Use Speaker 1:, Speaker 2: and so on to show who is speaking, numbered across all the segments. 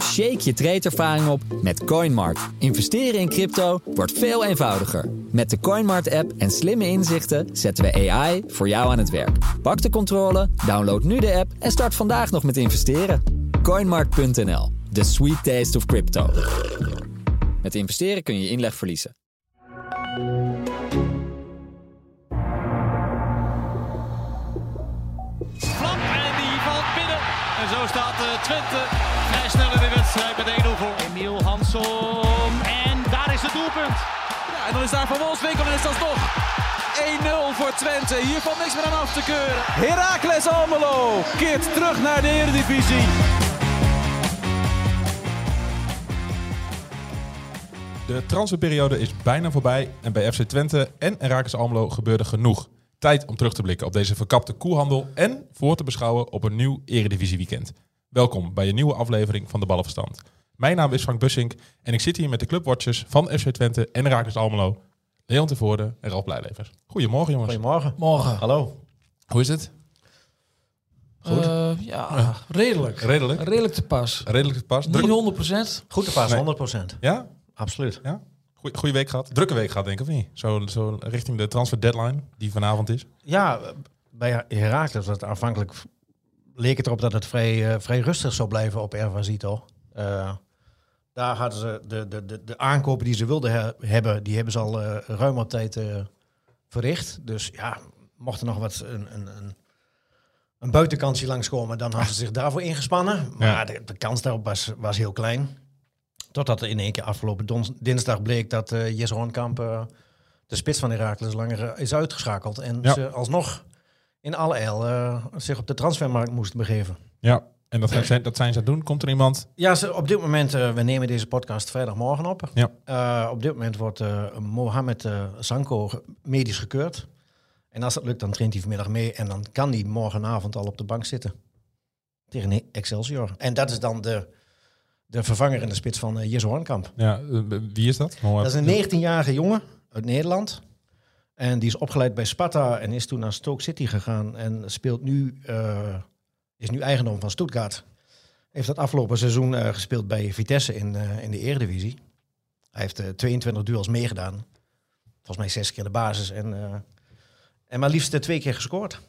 Speaker 1: Shake je trade-ervaring op met CoinMart. Investeren in crypto wordt veel eenvoudiger. Met de CoinMart-app en slimme inzichten zetten we AI voor jou aan het werk. Pak de controle, download nu de app en start vandaag nog met investeren. CoinMart.nl, the sweet taste of crypto. Met investeren kun je inleg verliezen.
Speaker 2: Flap en die valt binnen. En zo staat eh, Twente vrij snel in de wedstrijd met 1-0 voor. Emiel Hansom en daar is het doelpunt.
Speaker 3: Ja, en dan is daar Van Wolfswinkel en is dat toch 1-0 voor Twente. Hier valt niks meer aan af te keuren. Heracles Almelo keert terug naar de Eredivisie.
Speaker 4: De transferperiode is bijna voorbij en bij FC Twente en Herakles Almelo gebeurde genoeg. Tijd om terug te blikken op deze verkapte koehandel en voor te beschouwen op een nieuw Eredivisie-weekend. Welkom bij een nieuwe aflevering van de Ballenverstand. Mijn naam is Frank Bussink en ik zit hier met de clubwatchers van FC Twente en Herakles Almelo, Leon Tevoorde en Ralf Blijlevers. Goedemorgen jongens.
Speaker 5: Goedemorgen. Morgen. Hallo.
Speaker 4: Hoe is het? Goed.
Speaker 6: Eh, ja, redelijk.
Speaker 4: Redelijk.
Speaker 6: Redelijk te pas.
Speaker 4: Redelijk te pas. Druk...
Speaker 6: Niet 100%.
Speaker 5: Goed te pas,
Speaker 4: Nee.
Speaker 5: 100%.
Speaker 4: Ja?
Speaker 5: Absoluut.
Speaker 4: Ja? Goeie, goeie week gehad. Drukke week gehad denk ik of niet? Zo, zo richting de transfer deadline die vanavond is.
Speaker 5: Ja, bij Herakles, dat aanvankelijk leek het erop dat het vrij, eh, vrij rustig zou blijven op Ervasito. Eh daar hadden ze de, de, de, de aankopen die ze wilden he- hebben, die hebben ze al eh, ruim op tijd eh, verricht. Dus ja, mocht er nog wat een, een, een, een buitenkantje langskomen, dan hadden ze zich daarvoor ingespannen. Maar
Speaker 4: Ja.
Speaker 5: de, de kans daarop was, was heel klein. Totdat er in één keer afgelopen dons- dinsdag bleek dat eh Jesse Hoornkamp, eh, de spits van Herakles, langer eh, is uitgeschakeld. En
Speaker 4: Ja.
Speaker 5: ze alsnog in alle eil eh, zich op de transfermarkt moesten begeven.
Speaker 4: Ja. En dat, gaan zij- dat zijn ze aan het doen. Komt er iemand?
Speaker 5: Ja, ze- op dit moment, eh, we nemen deze podcast vrijdagmorgen op.
Speaker 4: Ja.
Speaker 5: Eh, op dit moment wordt eh, Mohamed eh, Sanko ge- medisch gekeurd. En als dat lukt, dan traint hij vanmiddag mee. En dan kan hij morgenavond al op de bank zitten. Tegen E- Excelsior. En dat is dan de, de vervanger in de spits van eh Jesse Hoornkamp.
Speaker 4: Ja, eh, wie is dat?
Speaker 5: Dat is een 19-jarige jongen uit Nederland. En die is opgeleid bij Sparta en is toen naar Stoke City gegaan. En speelt nu, eh, is nu eigendom van Stuttgart. Heeft dat afgelopen seizoen eh, gespeeld bij Vitesse in, eh, in de Eredivisie. Hij heeft eh, 22 duels meegedaan. Volgens mij zes keer de basis. En, eh, en maar liefst eh, twee keer gescoord.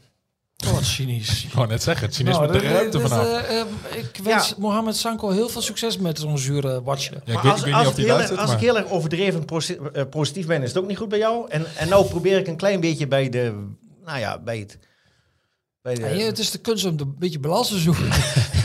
Speaker 6: Wat cynisch. Nou,
Speaker 4: Ik wou net zeggen, het cynisme de ruimte
Speaker 6: dat-
Speaker 4: vanaf.
Speaker 6: eh, eh, ik wens
Speaker 5: Ja.
Speaker 6: Mohamed Sanko heel veel succes met eh, zo'n zure watje.
Speaker 4: Ja, ik,
Speaker 5: Maar
Speaker 4: weet,
Speaker 5: als,
Speaker 4: ik weet
Speaker 5: als
Speaker 4: niet
Speaker 5: ik
Speaker 4: of die
Speaker 5: heel erg-
Speaker 4: luistert,
Speaker 5: als
Speaker 4: maar...
Speaker 5: ik heel erg overdreven posi- eh, positief ben, is het ook niet goed bij jou. En, en nou probeer ik een klein beetje bij de... Nou ja, bij het... Bij de,
Speaker 6: Ja, hier, het is de kunst om een beetje balans te zoeken.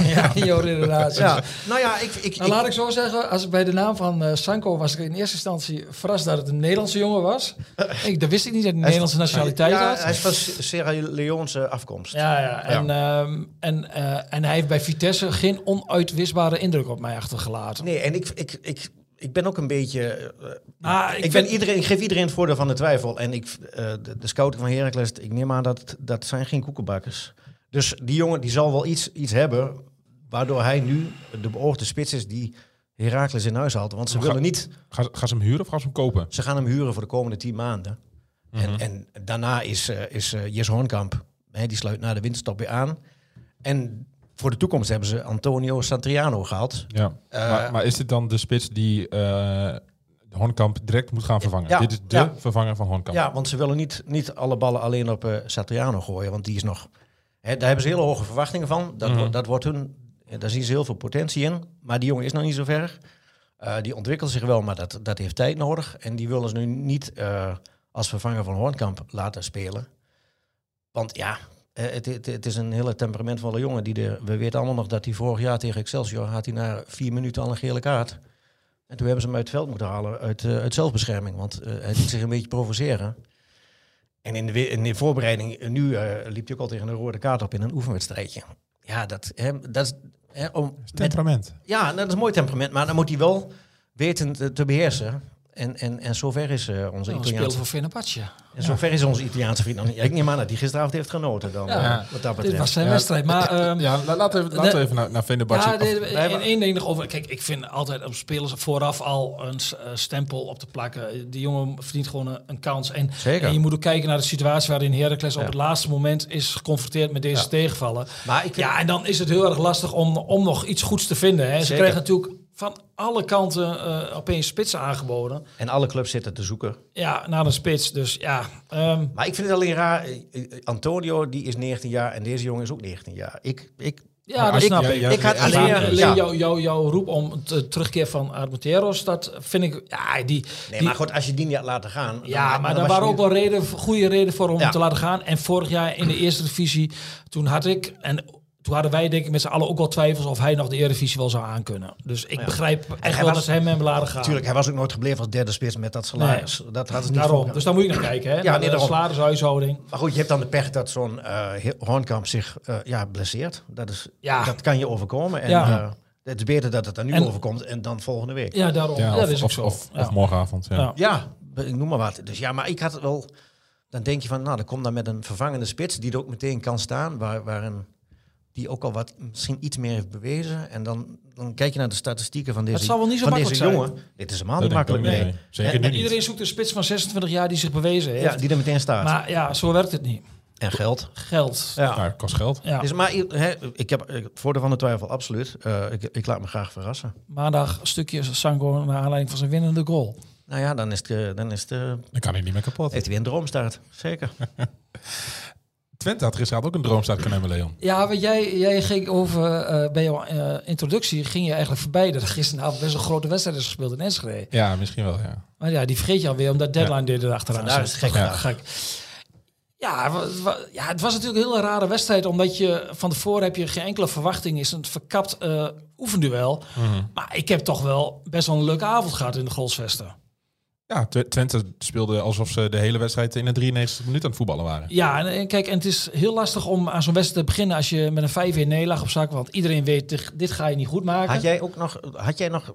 Speaker 6: ja, in jouw redenaties.
Speaker 5: Ja, nou ja, ik, ik,
Speaker 6: Nou, laat ik zo zeggen, als ik bij de naam van eh, Sanko was ik in eerste instantie verrast dat het een Nederlandse jongen was. ik, dat wist ik niet dat hij een Nederlandse nationaliteit
Speaker 5: ja,
Speaker 6: had.
Speaker 5: Hij is van Sierra Leone's eh, afkomst.
Speaker 6: Ja, ja. En, ehm, en, eh, en hij heeft bij Vitesse geen onuitwisbare indruk op mij achtergelaten.
Speaker 5: Nee, en ik, ik, ik, ik ben ook een beetje. eh,
Speaker 6: Maar
Speaker 5: ik,
Speaker 6: vind-
Speaker 5: ben iedereen, ik geef iedereen het voordeel van de twijfel. En ik, eh, de, de scouting van Heracles, ik neem aan dat dat zijn geen koekenbakkers. Dus die jongen die zal wel iets, iets hebben. Waardoor hij nu de beoogde spits is die Heracles in huis haalt. Want ze
Speaker 4: Ga-
Speaker 5: willen niet.
Speaker 4: Gaan ze- gaan ze hem huren of gaan ze hem kopen?
Speaker 5: Ze gaan hem huren voor de komende tien maanden. en, en daarna is, eh is eh, Jesse Hoornkamp. Hè, die sluit na de winterstop weer aan. En voor de toekomst hebben ze Antonio Santriano gehaald.
Speaker 4: Ja. maar, maar is dit dan de spits die eh Hornkamp direct moet gaan vervangen?
Speaker 5: Ja,
Speaker 4: dit is de
Speaker 5: ja.
Speaker 4: vervanger van Hornkamp.
Speaker 5: Ja, want ze willen niet, niet alle ballen alleen op eh, Santriano gooien. Want die is nog... Hè, daar hebben ze hele hoge verwachtingen van. Dat, wordt- dat wordt hun, eh, daar zien ze heel veel potentie in. Maar die jongen is nog niet zo ver. Eh, die ontwikkelt zich wel, maar dat, dat heeft tijd nodig. En die willen ze nu niet eh, als vervanger van Hoornkamp laten spelen. Want ja, eh, het, het, het is een hele temperamentvolle jongen. Die de, we weten allemaal nog dat hij vorig jaar tegen Excelsior had hij na vier minuten al een gele kaart. En toen hebben ze hem uit het veld moeten halen uit, eh, uit zelfbescherming. Want eh, hij liet zich een beetje provoceren. En in de, we- in de voorbereiding, eh, nu eh, liep hij ook al tegen een rode kaart op in een oefenwedstrijdje. Ja, dat, hè, dat is... Hè, om,
Speaker 4: Temperament.
Speaker 5: ja, nou, dat is een mooi temperament, maar dan moet hij wel weten eh, te, te beheersen. En En, en, en zover is eh, onze
Speaker 6: Dan speelt
Speaker 5: Italiaanse
Speaker 6: voor Fenerbahce.
Speaker 5: En zover is onze Italiaanse vriend nog niet. Ik neem aan dat die gisteravond heeft genoten dan.
Speaker 6: Ja.
Speaker 5: eh, Wat dat
Speaker 6: Dit was
Speaker 5: betreft.
Speaker 6: zijn wedstrijd. Maar ehm,
Speaker 4: Ja, la- laten we even, laten we even naar, naar Fenerbahce.
Speaker 6: Ja,
Speaker 4: Of-
Speaker 6: nee, in één ding nog over. Kijk, ik vind altijd om spelers vooraf al een s- eh, stempel op te plakken. Die jongen verdient gewoon een, een kans. En,
Speaker 5: Zeker.
Speaker 6: en je moet ook kijken naar de situatie waarin Heracles op
Speaker 5: Ja.
Speaker 6: het laatste moment is geconfronteerd met deze tegenvallen.
Speaker 5: Maar ik vind-
Speaker 6: Ja, en dan is het heel erg lastig om, om nog iets goeds te vinden. Hè. Ze
Speaker 5: Zeker.
Speaker 6: krijgen natuurlijk van alle kanten eh, opeens spitsen aangeboden.
Speaker 5: En alle clubs zitten te zoeken.
Speaker 6: Ja, naar de spits. Dus ja, ehm,
Speaker 5: Maar ik vind het alleen raar. eh, eh, Antonio die is 19 jaar en deze jongen is ook 19 jaar. Ik, ik,
Speaker 6: ja dat
Speaker 4: als-
Speaker 6: snap
Speaker 4: ja,
Speaker 6: ik.
Speaker 4: ja,
Speaker 5: ik had
Speaker 4: ja,
Speaker 5: alleen-
Speaker 4: ja,
Speaker 6: Alleen, alleen
Speaker 5: Ja. Ja.
Speaker 6: jouw jou, jou roep om de terugkeer van Armenteros, dat vind ik... Ja, die,
Speaker 5: nee,
Speaker 6: die-
Speaker 5: maar goed, als je die niet had laten gaan. dan-
Speaker 6: Ja, maar
Speaker 5: dan
Speaker 6: daar
Speaker 5: was je
Speaker 6: waren ook
Speaker 5: niet-
Speaker 6: wel reden, goede reden voor om
Speaker 5: Ja.
Speaker 6: hem te laten gaan. En vorig jaar in de eerste divisie, toen had ik en toen hadden wij denk ik met z'n allen ook wel twijfels of hij nog de Eredivisie wel zou aankunnen. Dus ik begrijp echt
Speaker 5: hij
Speaker 6: wel dat
Speaker 5: was-
Speaker 6: ze hem hebben laten gaan.
Speaker 5: Tuurlijk, hij was ook nooit gebleven als derde spits met dat salaris. Dat had het niet
Speaker 6: Daarom.
Speaker 5: voor-
Speaker 6: Dus daar moet je naar kijken, hè? Ja,
Speaker 5: nee,
Speaker 6: de
Speaker 5: daarom.
Speaker 6: salarishuishouding.
Speaker 5: Maar goed, je hebt dan de pech dat zo'n eh Hornkamp zich eh, ja, blesseert. Dat, is,
Speaker 6: Ja.
Speaker 5: dat kan je overkomen. En
Speaker 6: Ja.
Speaker 5: eh, het is beter dat het dan nu
Speaker 6: En-
Speaker 5: overkomt en dan volgende week.
Speaker 6: Ja, daarom.
Speaker 4: ja,
Speaker 6: Ja,
Speaker 4: of,
Speaker 6: dat is ook
Speaker 4: of,
Speaker 6: zo.
Speaker 4: of,
Speaker 6: Ja.
Speaker 4: of morgenavond. Ja.
Speaker 6: Ja.
Speaker 5: Ja, ik noem maar wat. Dus ja, maar ik had het wel. Dan denk je van, nou, dan komt dan met een vervangende spits die er ook meteen kan staan, waar, waarin die ook al wat misschien iets meer heeft bewezen. En dan, dan kijk je naar de statistieken van deze,
Speaker 6: zal wel niet zo
Speaker 5: van deze
Speaker 6: makkelijk zijn.
Speaker 5: jongen. Dit is helemaal
Speaker 4: Dat
Speaker 5: niet
Speaker 4: denk ik ook
Speaker 5: makkelijk.
Speaker 4: niet.
Speaker 5: Nee.
Speaker 4: nee. Zeker
Speaker 6: En
Speaker 4: nu niet.
Speaker 6: iedereen zoekt een spits van 26 jaar die zich bewezen heeft.
Speaker 5: Ja, die er meteen staat.
Speaker 6: Maar ja, zo werkt het niet.
Speaker 5: en geld.
Speaker 6: Geld.
Speaker 5: Ja.
Speaker 4: Ja, Nou, het kost geld.
Speaker 6: Ja.
Speaker 5: Dus, maar ik- hè, ik heb eh, voordeel van de twijfel, absoluut. Eh, ik, ik laat me graag verrassen.
Speaker 6: Maandag een stukje Sango naar aanleiding van zijn winnende goal.
Speaker 5: Nou ja, dan is het, eh, dan is het, eh,
Speaker 4: Dan kan hij niet meer kapot.
Speaker 5: heeft hij weer een droomstaart. Zeker.
Speaker 4: Twente had gisteravond ook een droomstart kunnen hebben, Leon.
Speaker 6: Ja, want jij, jij ging over, eh, bij jouw eh, introductie ging je eigenlijk voorbij dat er gisteravond best een grote wedstrijd is gespeeld in Enschede.
Speaker 4: Ja, misschien wel, ja.
Speaker 6: Maar ja, die vergeet je alweer omdat deadline dit er achteraan
Speaker 5: Vandaar is het gek
Speaker 6: Ja.
Speaker 5: vandaag.
Speaker 6: gek. Ja, wa- wa- ja, het was natuurlijk een hele rare wedstrijd, omdat je van tevoren heb je geen enkele verwachting. Is een verkapt eh, oefenduel.
Speaker 5: Mhm.
Speaker 6: Maar ik heb toch wel best wel een leuke avond gehad in de Golsvesten.
Speaker 4: Ja, Tw- Twente speelde alsof ze de hele wedstrijd in de 93 minuten aan het voetballen waren.
Speaker 6: Ja, en, en kijk, en het is heel lastig om aan zo'n wedstrijd te beginnen als je met een 5-1 nederlaag op zak, want iedereen weet, dit- dit ga je niet goed maken.
Speaker 5: Had jij ook nog, had jij nog,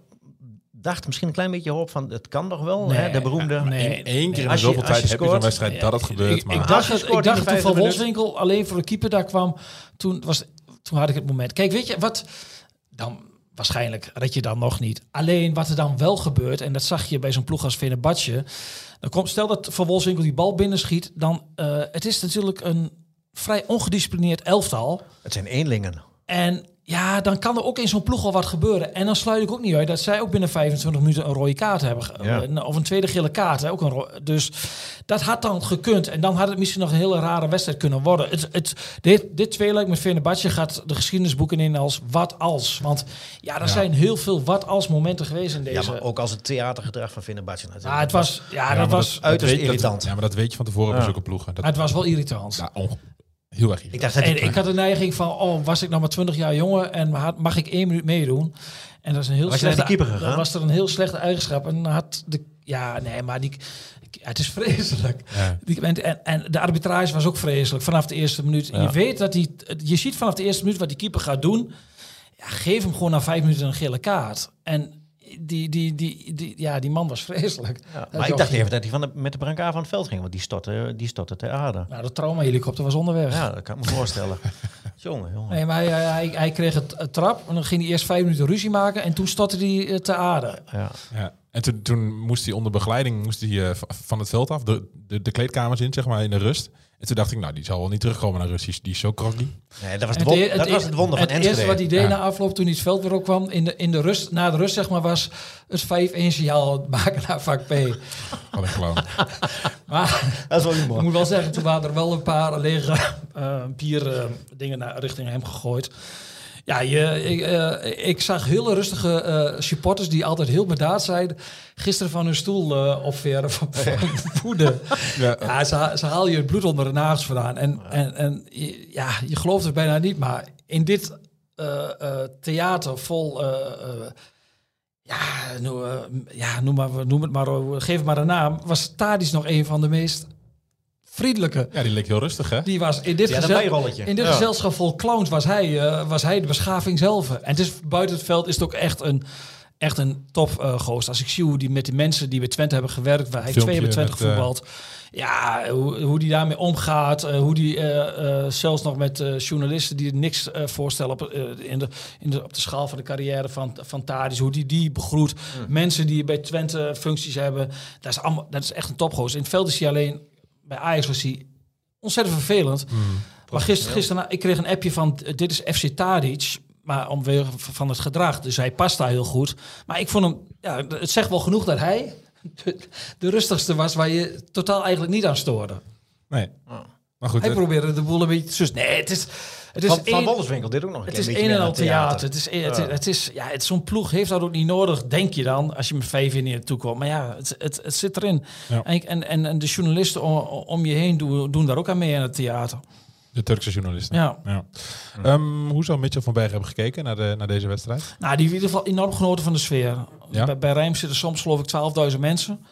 Speaker 5: dacht misschien een klein beetje hoop van, het kan nog wel, hè, de beroemde.
Speaker 6: Nee,
Speaker 4: Eén keer in
Speaker 5: als je-
Speaker 4: zoveel
Speaker 5: als
Speaker 4: tijd
Speaker 5: je
Speaker 4: heb je zo'n
Speaker 5: scoort-
Speaker 4: wedstrijd dat het gebeurt.
Speaker 6: Ik,
Speaker 4: maar
Speaker 6: ik
Speaker 5: Als
Speaker 6: dacht,
Speaker 5: je
Speaker 6: het,
Speaker 5: scoort in
Speaker 6: ik dacht
Speaker 5: de
Speaker 6: toen
Speaker 5: vijfde
Speaker 6: Van
Speaker 5: minuut.
Speaker 6: Wolfswinkel alleen voor de keeper daar kwam, toen, was, toen had ik het moment. Kijk, weet je wat? Dan waarschijnlijk red je dan nog niet. Alleen wat er dan wel gebeurt, en dat zag je bij zo'n ploeg als Fenerbahce. Dan komt, stel dat Van Wolfswinkel die bal binnenschiet, dan eh, het is natuurlijk een vrij ongedisciplineerd elftal.
Speaker 5: Het zijn eenlingen.
Speaker 6: En ja, dan kan er ook in zo'n ploeg al wat gebeuren. En dan sluit ik ook niet uit dat zij ook binnen 25 minuten een rode kaart hebben. ge-
Speaker 5: Ja.
Speaker 6: eh, Of een tweede gele kaart. Hè, ook een ro- dus dat had dan gekund. En dan had het misschien nog een hele rare wedstrijd kunnen worden. Het, het, dit, dit tweeluik met Fenerbahce gaat de geschiedenisboeken in als wat als. Want ja, er zijn heel veel wat als momenten geweest in
Speaker 5: Ja,
Speaker 6: deze...
Speaker 5: maar ook als het theatergedrag van Fenerbahce.
Speaker 6: Ah, het was, ja,
Speaker 4: Ja,
Speaker 6: dat
Speaker 4: maar
Speaker 6: was,
Speaker 5: uiterst
Speaker 4: weet-
Speaker 5: irritant.
Speaker 4: ja, maar dat weet je van tevoren bij zulke ploegen. Dat,
Speaker 6: het was wel irritant.
Speaker 4: ja, onge- heel erg
Speaker 5: Ik
Speaker 4: irritant.
Speaker 5: dacht dat
Speaker 6: En ik had de neiging van, oh, was ik nog maar 20 jaar jonger en had- mag ik één minuut meedoen? En dat is een heel
Speaker 5: Was je
Speaker 6: slechte,
Speaker 5: naar de keeper gegaan?
Speaker 6: dan was er een heel slechte eigenschap en dan had de, ja, nee, maar die, het is vreselijk.
Speaker 4: Ja.
Speaker 6: Die- En, en, en de arbitrage was ook vreselijk vanaf de eerste minuut. En
Speaker 4: Ja.
Speaker 6: je weet dat die, je ziet vanaf de eerste minuut wat die keeper gaat doen. Ja, geef hem gewoon na vijf minuten een gele kaart. En die, die, die, die, ja, die man was vreselijk. Dat
Speaker 5: maar ik
Speaker 6: was-
Speaker 5: dacht even dat hij van de, met de brancard van het veld ging, want die stortte, die stortte ter aarde.
Speaker 6: Nou, de traumahelikopter was onderweg.
Speaker 5: Ja, dat kan ik me voorstellen. jongen, jongen.
Speaker 6: Nee, maar hij, hij, hij kreeg het, het trap en dan ging hij eerst vijf minuten ruzie maken en toen startte hij eh, te aarde.
Speaker 5: Ja.
Speaker 4: Ja. En toen, toen moest hij onder begeleiding moest hij, eh, va- van het veld af, de, de, de kleedkamers in, zeg maar, in de rust. En toen dacht ik, nou, die zal wel niet terugkomen naar rust. Die, is- die is zo krokkie.
Speaker 5: Nee, dat was
Speaker 6: En
Speaker 5: het, won-
Speaker 6: e-
Speaker 5: dat
Speaker 6: e-
Speaker 5: was het wonder van
Speaker 6: Het eerste wat
Speaker 5: Enschede.
Speaker 6: hij deed na afloop toen hij het veld weer opkwam, in de, in de rust, na de rust zeg maar, was het 5-1 signaal maken naar vak P.
Speaker 4: Wat een clown.
Speaker 6: Maar
Speaker 5: Dat is wel
Speaker 6: ik
Speaker 5: humor.
Speaker 6: moet wel zeggen, toen waren er wel een paar lege eh bier eh, dingen naar, richting hem gegooid. Ja, je, ik, eh, ik zag hele rustige eh, supporters die altijd heel bedaard zijn, gisteren van hun stoel eh opveren van, van woede.
Speaker 4: Ja.
Speaker 6: Ja, ze, ha- ze haal je het bloed onder de nagels vandaan. En, en, en je- ja, je gelooft het bijna niet, maar in dit eh, eh, theater vol... eh, eh, ja, noem, eh, ja noem, maar, noem het maar, eh, geef het maar een naam. Was Tadis nog een van de meest vriendelijke.
Speaker 4: Ja, die leek heel rustig, hè?
Speaker 6: Die was in dit,
Speaker 5: Ja, dat
Speaker 6: gezel-
Speaker 5: bijrolletje.
Speaker 6: in dit
Speaker 5: Ja.
Speaker 6: gezelschap vol clowns was hij, eh, was hij de beschaving zelf. En het is, buiten het veld is het ook echt een, echt een top eh, gozer. Als ik zie hoe die met de mensen die bij Twente hebben gewerkt, waar hij
Speaker 4: Filmpje
Speaker 6: twee bij Twente
Speaker 4: met, eh,
Speaker 6: gevoetbald. ja, hoe, hoe die daarmee omgaat. eh, hoe die eh, eh, zelfs nog met eh, journalisten die er niks eh, voorstellen op, eh, in de, in de, op de schaal van de carrière van, van Tadis. Hoe die die begroet. Mensen die bij Twente functies hebben. Dat is, allemaal, dat is echt een topgozer. In het veld is hij alleen, bij Ajax was hij ontzettend vervelend.
Speaker 4: Mm.
Speaker 6: Maar gister, gisteren, ik kreeg een appje van, eh, dit is FC Tadic, maar omwege van het gedrag. Dus hij past daar heel goed. Maar ik vond hem, ja, het zegt wel genoeg dat hij de, de rustigste was, waar je totaal eigenlijk niet aan stoorde.
Speaker 4: Nee. Maar goed,
Speaker 6: Hij
Speaker 4: eh,
Speaker 6: probeerde de boel een beetje te sussen. Nee, het is... Het is
Speaker 5: Van,
Speaker 6: één-
Speaker 5: van Wolfswinkel dit ook nog een
Speaker 6: het
Speaker 5: klein
Speaker 6: is
Speaker 5: beetje
Speaker 6: een en
Speaker 5: meer
Speaker 6: al
Speaker 5: naar
Speaker 6: theater. Het is, het, is- het is, ja, het, zo'n ploeg heeft dat ook niet nodig, denk je dan, als je met vijf in naartoe komt. Maar ja, het, het, het zit erin.
Speaker 4: Ja.
Speaker 6: En, ik- en, en, en de journalisten om, om je heen doen, doen daar ook aan mee aan het theater.
Speaker 4: de Turkse journalisten.
Speaker 6: Ja.
Speaker 4: Ehm, hoe zou Mitchell van Bergen hebben gekeken naar, de, naar deze wedstrijd?
Speaker 6: Nou, die hebben in ieder geval enorm genoten van de sfeer.
Speaker 4: Ja?
Speaker 6: Bij, bij Rijm zitten soms geloof ik 12.000 mensen.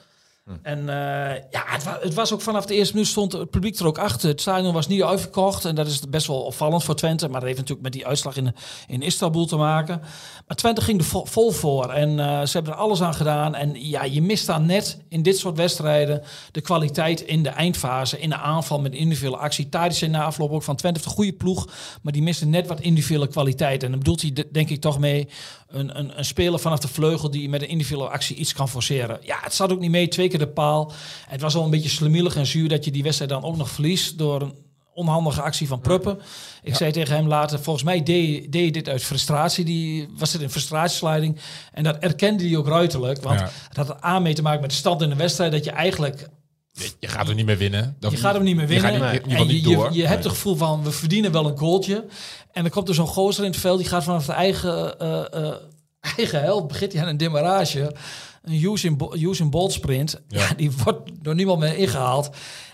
Speaker 6: En eh, ja, het, wa- het was ook vanaf de eerste minuut stond het publiek er ook achter. Het stadion was niet uitverkocht en dat is best wel opvallend voor Twente. Maar dat heeft natuurlijk met die uitslag in, in Istanbul te maken. Maar Twente ging er vol, vol voor en eh, ze hebben er alles aan gedaan. En ja, je mist dan net in dit soort wedstrijden de kwaliteit in de eindfase, in de aanval met individuele actie. Tadic zei na afloop ook van Twente heeft een goede ploeg, maar die miste net wat individuele kwaliteit. En dan bedoelt hij de- denk ik toch mee een, een, een speler vanaf de vleugel die met een individuele actie iets kan forceren. Ja, het zat ook niet mee, twee keer de paal. Het was al een beetje slemielig en zuur dat je die wedstrijd dan ook nog verliest door een onhandige actie van Pruppen. Ik zei tegen hem later, volgens mij deed, deed je dit uit frustratie. Die, was het een frustratiesleiding? En dat erkende hij ook ruiterlijk. Want
Speaker 4: Ja.
Speaker 6: dat had aan mee te maken met de stand in de wedstrijd. Dat je eigenlijk
Speaker 4: Je gaat er niet meer winnen.
Speaker 6: je gaat hem niet meer
Speaker 4: Je gaat
Speaker 6: winnen.
Speaker 4: niet- in ieder
Speaker 6: en je,
Speaker 4: geval niet
Speaker 6: je,
Speaker 4: door.
Speaker 6: je hebt
Speaker 4: Nee.
Speaker 6: het gevoel van, we verdienen wel een goaltje. En dan komt er zo'n gozer in het veld, die gaat vanaf de eigen, eh, eh, eigen helft, begint hij aan een demarrage. Een use in, bo- use in bolt sprint. Ja.
Speaker 4: Ja.
Speaker 6: die wordt door niemand meer ingehaald.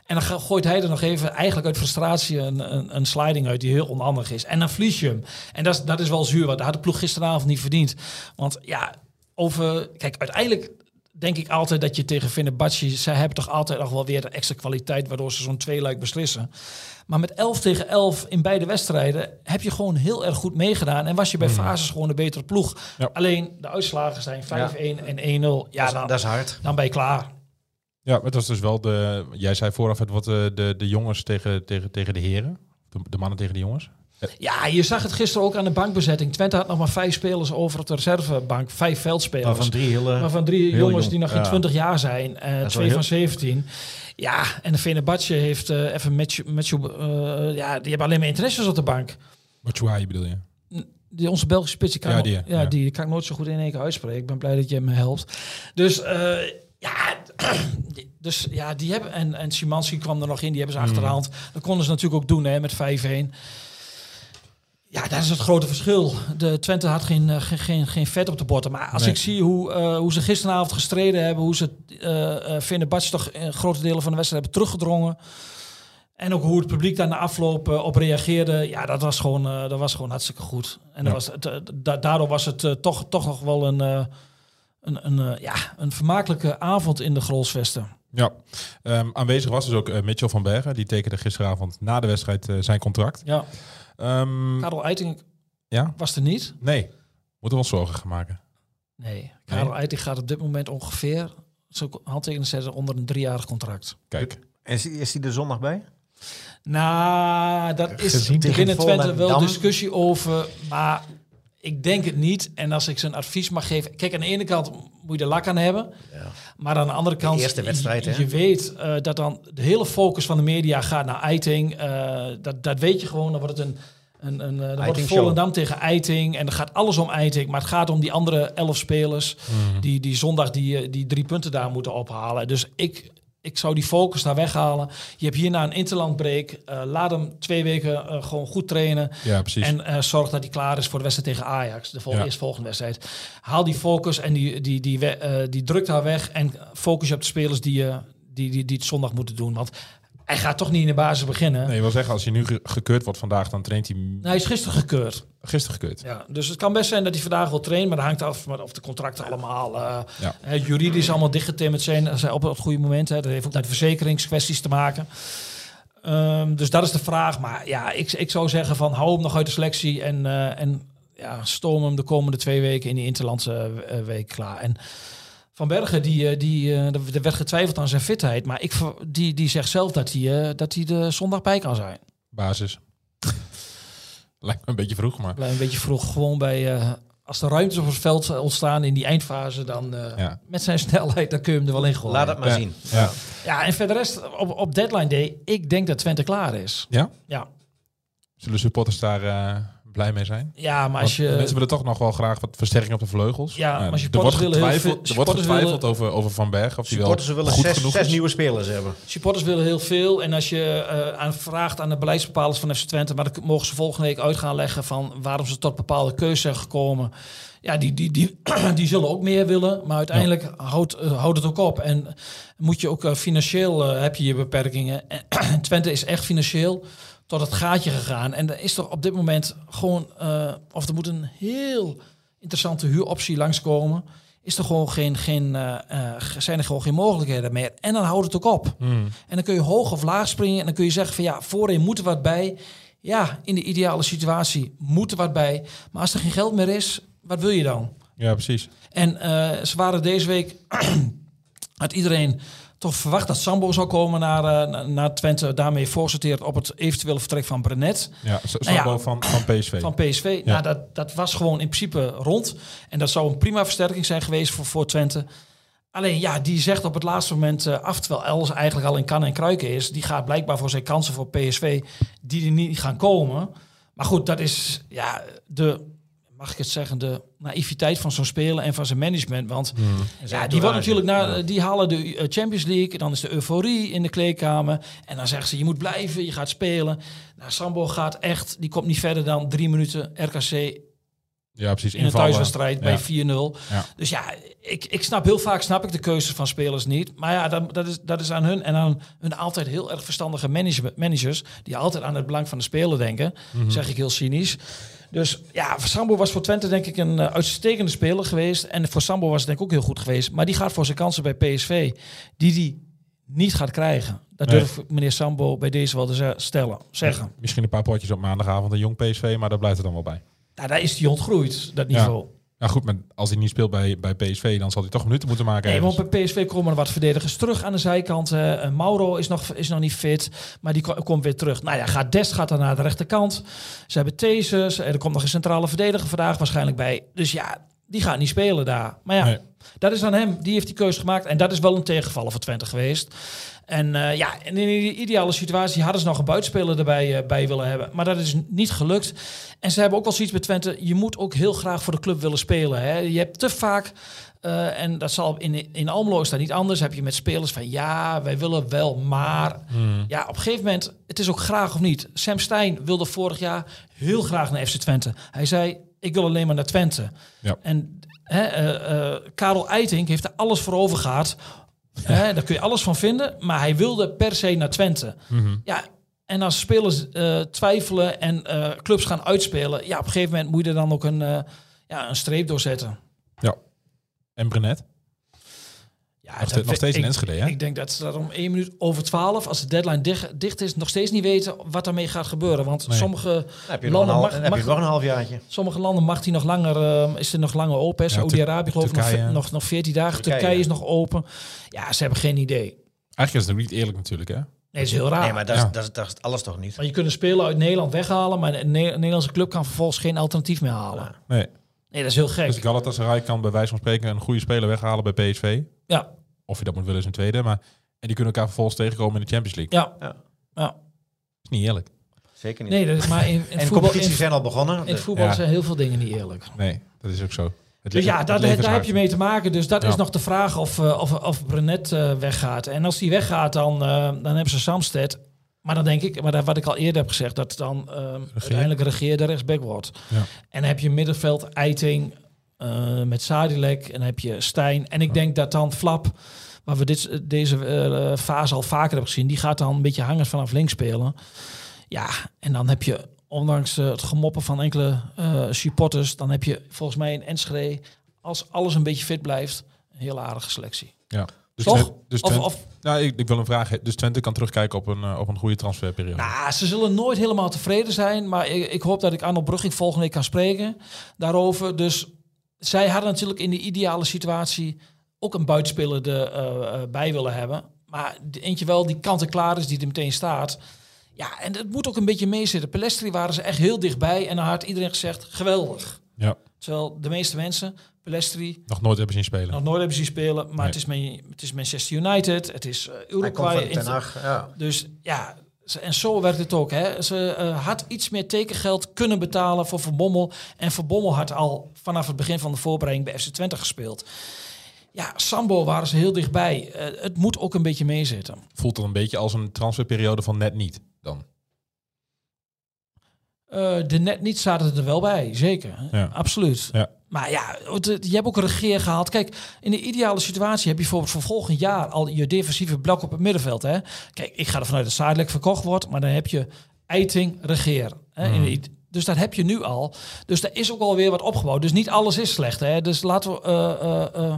Speaker 6: En dan ga- gooit hij er nog even, eigenlijk uit frustratie, een, een, een sliding uit die heel onhandig is. En dan verlies je hem. En dat is, dat is wel zuur, want dat had de ploeg gisteravond niet verdiend. Want ja, over... Kijk, uiteindelijk denk ik altijd dat je tegen Fenerbahce... zij hebben toch altijd nog wel weer de extra kwaliteit... waardoor ze zo'n tweeluik beslissen. Maar met 11 tegen 11 in beide wedstrijden... heb je gewoon heel erg goed meegedaan... en was je bij fases gewoon een betere ploeg.
Speaker 4: Ja.
Speaker 6: Alleen de uitslagen zijn 5-1 en 1-0. Ja,
Speaker 5: dat, is,
Speaker 6: dan,
Speaker 5: dat is hard.
Speaker 6: dan ben je klaar.
Speaker 4: Ja, maar het was dus wel de. Jij zei vooraf het wat eh, de, de jongens tegen, tegen, tegen de heren. De, de mannen tegen de jongens.
Speaker 6: Ja, je zag het gisteren ook aan de bankbezetting. Twente had nog maar vijf spelers over op de reservebank. Vijf veldspelers.
Speaker 5: Maar van drie hele...
Speaker 6: Maar van drie
Speaker 5: Heel
Speaker 6: jongens
Speaker 5: jong,
Speaker 6: die nog geen
Speaker 4: ja.
Speaker 6: 20 jaar zijn. eh,
Speaker 5: wel
Speaker 6: twee
Speaker 5: heel-
Speaker 6: van 17. Ja, en de Fenerbahce heeft eh, even met je... ja, die hebben alleen maar internationals op de bank.
Speaker 4: Batshuayi bedoel je?
Speaker 6: Die, onze Belgische spits, die kan,
Speaker 4: Ja,
Speaker 6: ja,
Speaker 4: die,
Speaker 6: die,
Speaker 4: ja.
Speaker 6: ja,
Speaker 4: Ja.
Speaker 6: die kan ik nooit zo goed in één keer uitspreken. Ik ben blij dat je me helpt. Dus eh, ja, die- dus ja, die hebben... En, en Szymanski kwam er nog in, die hebben ze achterhand. Dat konden ze natuurlijk ook doen hè, met 5-1. Ja, dat is het grote verschil. De Twente had geen, eh, geen, geen, geen vet op de botten. Maar als
Speaker 4: Nee.
Speaker 6: ik zie hoe, eh, hoe ze gisteravond gestreden hebben... hoe ze eh eh Fenerbahce toch eh, grote delen van de wedstrijd hebben teruggedrongen... En ook hoe het publiek daar na afloop eh, op reageerde. Ja, dat was gewoon, eh, dat was gewoon hartstikke goed. En dat was, het, eh, da- daardoor was het eh, toch, toch nog wel een, eh, een, een, eh, ja, een vermakelijke avond in de Grolsvesten.
Speaker 4: Ja. Ehm, aanwezig was dus ook eh, Mitchell van Bergen. Die tekende gisteravond na de wedstrijd eh, zijn contract.
Speaker 6: Ja,
Speaker 4: Ehm,
Speaker 6: Karel Eiting
Speaker 4: ja?
Speaker 6: was er niet.
Speaker 4: Nee. Moeten we ons zorgen gaan maken.
Speaker 6: Nee, Karel Eiting gaat op dit moment ongeveer zijn handtekening zetten onder een driejarig contract.
Speaker 4: Kijk.
Speaker 5: Is, is die er zondag bij?
Speaker 6: Nou, dat is
Speaker 5: Gezien tegen
Speaker 6: binnen Twente wel
Speaker 5: Volendam.
Speaker 6: discussie over, maar ik denk het niet. En als ik zijn advies mag geven, kijk, aan de ene kant moet je er lak aan hebben, maar aan de andere kant,
Speaker 5: eerste wedstrijd,
Speaker 6: je,
Speaker 5: hè?
Speaker 6: je weet eh, dat dan de hele focus van de media gaat naar Eiting. Eh, dat, dat weet je gewoon, dan wordt het een, een, een eh, dan wordt het
Speaker 5: Eiting-show.
Speaker 6: Volendam tegen Eiting en dan gaat alles om Eiting, maar het gaat om die andere elf spelers
Speaker 4: Mhm.
Speaker 6: die, die zondag die, eh, die drie punten daar moeten ophalen. Dus ik, ik zou die focus daar weghalen. Je hebt hierna een interlandbreak. Eh, laat hem twee weken eh, gewoon goed trainen.
Speaker 4: Ja, precies.
Speaker 6: En eh, zorg dat hij klaar is voor de wedstrijd tegen Ajax. De vol-
Speaker 4: Ja.
Speaker 6: eerstvolgende wedstrijd. Haal die focus en die, die, die, we- eh, die druk daar weg. En focus je op de spelers die, eh, die, die, die het zondag moeten doen. Want hij gaat toch niet in de basis beginnen.
Speaker 4: Nee, je wil zeggen, als je nu ge- gekeurd wordt vandaag, dan traint hij m-
Speaker 6: Nou, hij is gisteren gekeurd.
Speaker 4: gisteren gekeurd.
Speaker 6: Ja, dus het kan best zijn dat hij vandaag wil trainen, maar dat hangt af met of de contracten allemaal eh,
Speaker 4: Ja.
Speaker 6: eh, juridisch allemaal dichtgetimmerd zijn, zijn op het goede moment. Hè. Dat heeft ook met verzekeringskwesties te maken. Ehm, dus dat is de vraag. Maar ja, ik, ik zou zeggen van hou hem nog uit de selectie en, eh, en ja, stoom hem de komende twee weken in die Interlandse eh, week klaar. En Van Bergen, die, eh, die, eh, er er werd getwijfeld aan zijn fitheid. Maar ik, ver- die, die zegt zelf dat hij eh, dat hij de zondag bij kan zijn.
Speaker 4: Basis. Lijkt me een beetje vroeg, maar...
Speaker 6: Blijf een beetje vroeg gewoon bij... eh, als er ruimtes op het veld ontstaan in die eindfase, dan eh,
Speaker 4: Ja.
Speaker 6: met zijn snelheid, dan kun je hem er wel in gooien.
Speaker 5: Laat het maar
Speaker 4: Ja.
Speaker 5: zien.
Speaker 4: Ja.
Speaker 6: Ja, en verder rest, op, op deadline day, ik denk dat Twente klaar is.
Speaker 4: ja?
Speaker 6: Ja,
Speaker 4: Zullen supporters daar eh, blij mee zijn?
Speaker 6: ja maar als
Speaker 4: Want Mensen
Speaker 6: je...
Speaker 4: willen toch nog wel graag wat versterking op de vleugels.
Speaker 6: Ja, maar
Speaker 4: er
Speaker 6: supporters
Speaker 4: wordt
Speaker 6: willen heel
Speaker 4: getwijfeld,
Speaker 6: veel-
Speaker 4: er wordt
Speaker 6: supporters willen-
Speaker 4: getwijfeld over, over Van Berg. Of hij wel
Speaker 5: Supporters willen
Speaker 4: goed
Speaker 5: zes,
Speaker 4: genoeg
Speaker 5: zes
Speaker 4: is.
Speaker 5: nieuwe spelers hebben.
Speaker 6: Supporters willen heel veel. En als je eh, aan vraagt aan de beleidsbepalers van FC Twente... maar dan mogen ze volgende week uit gaan leggen... van waarom ze tot bepaalde keuzes zijn gekomen. Ja, die, die, die, die zullen ook meer willen. Maar uiteindelijk houdt, eh, houdt het ook op. En moet je ook eh, financieel... eh, heb je je beperkingen. En Twente is echt financieel tot het gaatje gegaan. En er is toch op dit moment gewoon... eh, of er moet een heel interessante huuroptie langskomen... Is er gewoon geen, geen, eh, eh, zijn er gewoon geen mogelijkheden meer. En dan houdt het ook op. En dan kun je hoog of laag springen. En dan kun je zeggen van ja, voorin moet er wat bij. Ja, in de ideale situatie moet er wat bij. Maar als er geen geld meer is, wat wil je dan?
Speaker 4: Ja, precies.
Speaker 6: En eh, ze waren deze week, had iedereen toch verwacht dat Sambo zou komen naar, eh, na- naar Twente. Daarmee voorsorteerd op het eventuele vertrek van Brenet
Speaker 4: Ja, zo-
Speaker 6: Nou ja.
Speaker 4: Sambo van, van PSV.
Speaker 6: van PSV. Nou, dat, dat was gewoon in principe rond. En dat zou een prima versterking zijn geweest voor, voor Twente. Alleen ja, die zegt op het laatste moment eh, af, terwijl Els eigenlijk al in kan en kruiken is. Die gaat blijkbaar voor zijn kansen voor PSV, die er niet gaan komen. Maar goed, dat is ja, de, mag ik het zeggen, de naïviteit van zo'n speler en van zijn management. Want ja, die, wordt natuurlijk na, die halen de eh, Champions League, dan is de euforie in de kleedkamer. En dan zeggen ze, je moet blijven, je gaat spelen. Nou, Sambo gaat echt, die komt niet verder dan drie minuten RKC
Speaker 4: Ja, precies.
Speaker 6: in een
Speaker 4: Invallen.
Speaker 6: thuiswedstrijd
Speaker 4: Ja.
Speaker 6: bij 4-0.
Speaker 4: Ja.
Speaker 6: Dus ja, ik, ik snap heel vaak snap ik de keuzes van spelers niet. Maar ja, dat, dat, is, dat is aan hun en aan hun altijd heel erg verstandige manage- managers... die altijd aan het belang van de speler denken,
Speaker 4: Mhm.
Speaker 6: zeg ik heel cynisch. Dus ja, Sambo was voor Twente denk ik een eh, uitstekende speler geweest. En voor Sambo was het denk ik ook heel goed geweest. Maar die gaat voor zijn kansen bij PSV, die die niet gaat krijgen. Dat
Speaker 4: Nee.
Speaker 6: durf ik meneer Sambo bij deze wel te ze- stellen, zeggen.
Speaker 4: Misschien een paar potjes op maandagavond een jong PSV, maar daar blijft het dan wel bij.
Speaker 6: Nou, daar is hij ontgroeid, dat niveau.
Speaker 4: Nou goed, maar als hij niet speelt bij, bij PSV, dan zal hij toch minuten moeten maken.
Speaker 6: Nee,
Speaker 4: ergens.
Speaker 6: want bij PSV komen er wat verdedigers terug aan de zijkant. Eh, eh, Mauro is nog, is nog niet fit, maar die ko- komt weer terug. Nou ja, gaat Dest gaat dan naar de rechterkant. Ze hebben Theses, er komt nog een centrale verdediger vandaag waarschijnlijk bij. Dus ja, die gaat niet spelen daar. Maar ja,
Speaker 4: Nee.
Speaker 6: dat is aan hem. Die heeft die keuze gemaakt. En dat is wel een tegenvaller voor Twente geweest. En eh, ja, en in die ideale situatie hadden ze nog een buitenspeler erbij eh, bij willen hebben. Maar dat is niet gelukt. En ze hebben ook wel zoiets met Twente. Je moet ook heel graag voor de club willen spelen. Hè. Je hebt te vaak, eh, en dat zal in, in Almelo is dat niet anders, heb je met spelers van ja, wij willen wel, maar... Ja, op een gegeven moment, het is ook graag of niet. Sam Stein wilde vorig jaar heel graag naar FC Twente. Hij zei, ik wil alleen maar naar Twente.
Speaker 4: Ja.
Speaker 6: En hè, eh, eh, Karel Eiting heeft er alles voor overgehaald. Hè, daar kun je alles van vinden. Maar hij wilde per se naar Twente.
Speaker 4: Mhm.
Speaker 6: Ja, en als spelers eh, twijfelen en eh, clubs gaan uitspelen... Ja, op een gegeven moment moet je er dan ook een, eh, ja, een streep door zetten.
Speaker 4: Ja. En Brenet?
Speaker 6: Ja,
Speaker 4: Nog,
Speaker 6: dat
Speaker 4: ste- nog
Speaker 6: we-
Speaker 4: steeds in
Speaker 6: ik-
Speaker 4: Enschede, hè?
Speaker 6: Ik denk dat ze daar om 1 minuut over 12, als de deadline dicht, dicht is, nog steeds niet weten wat daarmee gaat gebeuren. Want
Speaker 4: Nee.
Speaker 6: sommige,
Speaker 5: Dan heb je nog een,
Speaker 6: Landen
Speaker 5: hal-
Speaker 6: mag-
Speaker 5: dan heb
Speaker 6: mag-
Speaker 5: je nog een halfjaartje.
Speaker 6: sommige landen mag die nog langer, eh, is er nog langer open. hè.
Speaker 4: Ja,
Speaker 6: Saudi-Arabië geloof ik nog,
Speaker 4: Turkije.
Speaker 6: ve- nog, nog 14 dagen.
Speaker 5: Turkije,
Speaker 6: Turkije,
Speaker 5: ja.
Speaker 6: is nog open. Ja, ze hebben geen idee.
Speaker 4: Eigenlijk is het ook niet eerlijk natuurlijk, hè?
Speaker 6: Nee, dat is heel raar.
Speaker 5: Nee, maar dat is,
Speaker 4: Ja.
Speaker 5: dat, is, dat is alles toch niet?
Speaker 6: Maar je kunt een speler uit Nederland weghalen, maar een Ne- een Nederlandse club kan vervolgens geen alternatief meer halen.
Speaker 4: Nee.
Speaker 6: Nee, dat is heel
Speaker 4: Dus
Speaker 6: gek.
Speaker 4: Galatasaray kan bij wijze van spreken een goede speler weghalen bij PSV.
Speaker 6: Ja,
Speaker 4: Of je dat moet willen is een tweede, maar... En die kunnen elkaar vervolgens tegenkomen in de Champions League.
Speaker 6: ja,
Speaker 5: Ja.
Speaker 6: ja.
Speaker 4: Dat is niet eerlijk.
Speaker 5: Zeker niet.
Speaker 6: Nee, dat is maar in, in
Speaker 5: en
Speaker 6: voetbal, in,
Speaker 5: competities zijn al begonnen. dus
Speaker 6: in
Speaker 5: De-
Speaker 6: voetbal
Speaker 4: Ja.
Speaker 6: zijn heel veel dingen niet eerlijk.
Speaker 4: Nee, dat is ook zo. Het
Speaker 6: Dus
Speaker 4: le-
Speaker 6: ja,
Speaker 4: het
Speaker 6: dat,
Speaker 4: leven is
Speaker 6: daar heb
Speaker 4: hard.
Speaker 6: je mee te maken. Dus dat
Speaker 4: Ja.
Speaker 6: is nog de vraag of, eh, of, of Brenet eh, weggaat. En als die weggaat, dan, eh, dan hebben ze Samsted. Maar dan denk ik, maar dat, wat ik al eerder heb gezegd, dat dan ehm uiteindelijk regeer de rechtsback wordt.
Speaker 4: Ja.
Speaker 6: En dan heb je middenveld Eiting eh, met Sadilek en dan heb je Stijn. En ik denk dat dan Flap, waar we dit, deze eh, fase al vaker hebben gezien, die gaat dan een beetje hangers vanaf links spelen. Ja, en dan heb je, ondanks eh, het gemoppen van enkele eh, supporters, dan heb je volgens mij in Enschede, als alles een beetje fit blijft, een heel aardige selectie.
Speaker 4: Ja. Dus
Speaker 6: Toch?
Speaker 4: Twen- dus
Speaker 6: Of-
Speaker 4: Twente,
Speaker 6: of-
Speaker 4: nou, ik, ik wil een vraag. Dus Twente kan terugkijken op een, eh, op een goede transferperiode.
Speaker 6: Nou, ze zullen nooit helemaal tevreden zijn. Maar ik, ik hoop dat ik Arnold Brugging volgende week kan spreken daarover. Dus zij hadden natuurlijk in de ideale situatie ook een buitenspeler erbij willen hebben. Maar de- eentje wel die kant-en-klaar is, die er meteen staat. Ja, en het moet ook een beetje meezitten. Pelestri waren ze echt heel dichtbij. En dan had iedereen gezegd, geweldig.
Speaker 4: ja.
Speaker 6: Terwijl de meeste mensen, Pelestri,
Speaker 4: Nog nooit hebben zien spelen.
Speaker 6: nog nooit hebben zien spelen. Maar
Speaker 4: Nee.
Speaker 6: het, is Man- het is Manchester United, het is eh,
Speaker 5: Hij komt
Speaker 6: Uruguay.
Speaker 5: van Ten
Speaker 6: Inter-
Speaker 5: Hag. Ja.
Speaker 6: dus ja, ze- en zo werkt het ook. Hè. Ze eh, had iets meer tekengeld kunnen betalen voor Verbommel. En Verbommel had al vanaf het begin van de voorbereiding bij FC Twente gespeeld. Ja, Sambo waren ze heel dichtbij. Eh, het moet ook een beetje meezitten.
Speaker 4: Voelt dan een beetje als een transferperiode van net niet dan.
Speaker 6: Eh, de net niet zaten er wel bij, zeker.
Speaker 4: Ja.
Speaker 6: Absoluut.
Speaker 4: Ja.
Speaker 6: Maar ja, het- het- je hebt ook een regeer gehaald. Kijk, in de ideale situatie heb je bijvoorbeeld voor volgend jaar al je defensieve blok op het middenveld. Hè? Kijk, ik ga ervan uit dat Sadelijk verkocht wordt, maar dan heb je Eiting, regeer. Hè?
Speaker 4: Mm.
Speaker 6: In de i- dus dat heb je nu al. Dus daar is ook alweer wat opgebouwd. Dus niet alles is slecht. Hè? Dus laten we eh, eh, eh,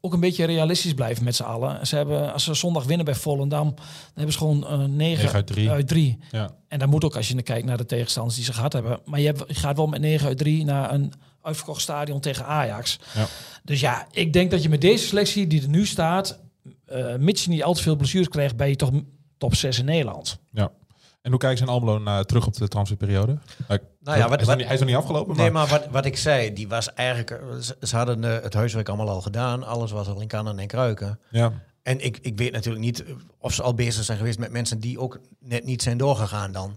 Speaker 6: ook een beetje realistisch blijven met z'n allen. Ze hebben, als ze zondag winnen bij Volendam, dan hebben ze gewoon 9
Speaker 4: Negen uit drie.
Speaker 6: Uit drie.
Speaker 4: Ja.
Speaker 6: En dat moet ook als je dan kijkt naar de tegenstanders die ze gehad hebben. Maar je, hebt- je gaat wel met 9 uit 3 naar een uitverkocht stadion tegen Ajax.
Speaker 4: Ja.
Speaker 6: Dus ja, ik denk dat je met deze selectie die er nu staat, eh mits je niet al te veel blessures krijgt, ben je toch top 6 in Nederland.
Speaker 4: ja. En hoe kijken ze in Almelo naar, terug op de transferperiode? Nou,
Speaker 5: Nou ja,
Speaker 4: hij,
Speaker 5: wat-
Speaker 4: is nog
Speaker 5: wat-
Speaker 4: niet, hij is nog niet afgelopen,
Speaker 5: Nee,
Speaker 4: maar...
Speaker 5: maar wat, wat ik zei, die was eigenlijk... eh, Ze, ze hadden eh, het huiswerk allemaal al gedaan. Alles was al in kannen en kruiken.
Speaker 4: Ja.
Speaker 5: En ik, ik weet natuurlijk niet eh, of ze al bezig zijn geweest met mensen die ook net niet zijn doorgegaan dan.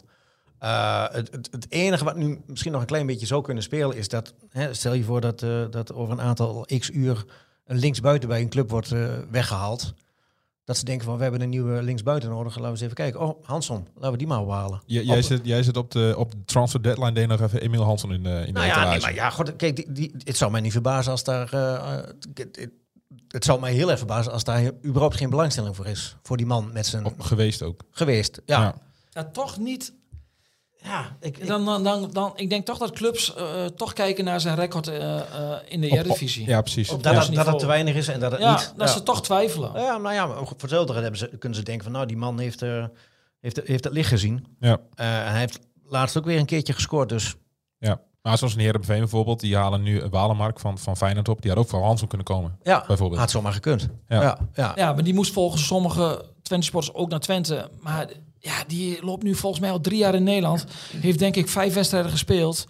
Speaker 5: Eh, het, het, het enige wat nu misschien nog een klein beetje zou kunnen spelen is dat... Hè, stel je voor dat, eh, dat over een aantal x uur een linksbuiten bij een club wordt eh, weggehaald. Dat ze denken van, we hebben een nieuwe linksbuiten nodig. Laten we eens even kijken. Oh, Hanson, laten we die maar ophalen.
Speaker 4: J- jij,
Speaker 5: Op-
Speaker 4: zit, jij zit op de, op de transfer deadline day nog even Emiel Hansen in de, in de
Speaker 5: nou ja,
Speaker 4: etalage.
Speaker 5: nee, maar ja, god, kijk, die, die, het zou mij niet verbazen als daar... eh, eh, het, het, het zou mij heel erg verbazen als daar überhaupt geen belangstelling voor is. Voor die man met zijn...
Speaker 4: Op- geweest ook.
Speaker 5: geweest. ja.
Speaker 4: Ja.
Speaker 6: Ja, toch niet.
Speaker 5: Ja, ik, ik-
Speaker 6: Dan, dan, dan, dan, ik denk toch dat clubs eh, toch kijken naar zijn record eh, eh, in de
Speaker 4: Op- op-
Speaker 6: Eredivisie.
Speaker 4: Ja, precies.
Speaker 5: dat,
Speaker 6: Ja.
Speaker 5: het- dat het te weinig is en dat het
Speaker 6: Ja,
Speaker 5: niet...
Speaker 6: dat
Speaker 5: ja.
Speaker 6: ze toch twijfelen.
Speaker 5: Ja, nou ja, maar voor hetzelfde geld hebben ze, kunnen ze denken van... nou, die man heeft, eh, heeft, heeft het licht gezien.
Speaker 4: Ja.
Speaker 5: Eh, en hij heeft laatst ook weer een keertje gescoord, dus...
Speaker 4: Ja. Maar zoals een Heerenveen bijvoorbeeld, die halen nu een Walenmark van, van Feyenoord op. Die had ook van Hansen kunnen komen.
Speaker 5: Ja,
Speaker 4: Bijvoorbeeld.
Speaker 5: had zomaar gekund.
Speaker 4: Ja.
Speaker 5: Ja, ja,
Speaker 6: Ja, maar die moest volgens sommige Twente-sporters ook naar Twente. Maar ja, die loopt nu volgens mij al drie jaar in Nederland. Heeft denk ik vijf wedstrijden gespeeld.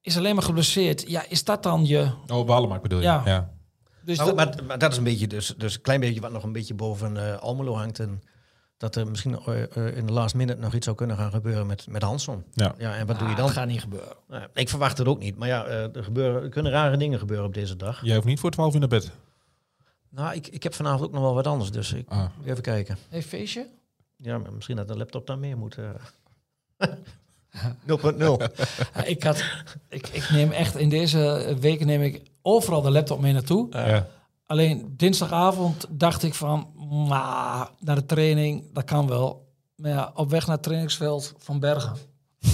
Speaker 6: Is alleen maar geblesseerd. Ja, is dat dan je...
Speaker 4: Oh, Walenmark bedoel je?
Speaker 6: Ja.
Speaker 4: ja.
Speaker 6: Dus
Speaker 5: Nou, Maar,
Speaker 6: dat-
Speaker 5: goed, maar, maar dat is een beetje, dus, dus een klein beetje wat nog een beetje boven eh, Almelo hangt. En dat er misschien eh, eh, in de last minute nog iets zou kunnen gaan gebeuren met, met Hanson.
Speaker 4: Ja.
Speaker 5: ja, en wat doe
Speaker 6: Ah,
Speaker 5: je dan?
Speaker 6: dat gaat niet gebeuren.
Speaker 5: Nou ja, ik verwacht het ook niet, maar ja, eh, er, gebeuren, er kunnen rare dingen gebeuren op deze dag.
Speaker 4: Jij hoeft niet voor 12 uur naar bed.
Speaker 5: Nou, ik, ik heb vanavond ook nog wel wat anders, dus ik
Speaker 4: Ah.
Speaker 5: even kijken.
Speaker 6: Hey, feestje?
Speaker 5: Ja, maar misschien dat de laptop daar meer moet. eh. 0.0.
Speaker 6: Ja, ik, had, ik, ik neem echt in deze weken neem ik overal de laptop mee naartoe.
Speaker 4: ja.
Speaker 6: Alleen dinsdagavond dacht ik van... "Maar, naar de training, dat kan wel. Maar ja, op weg naar het trainingsveld van Bergen.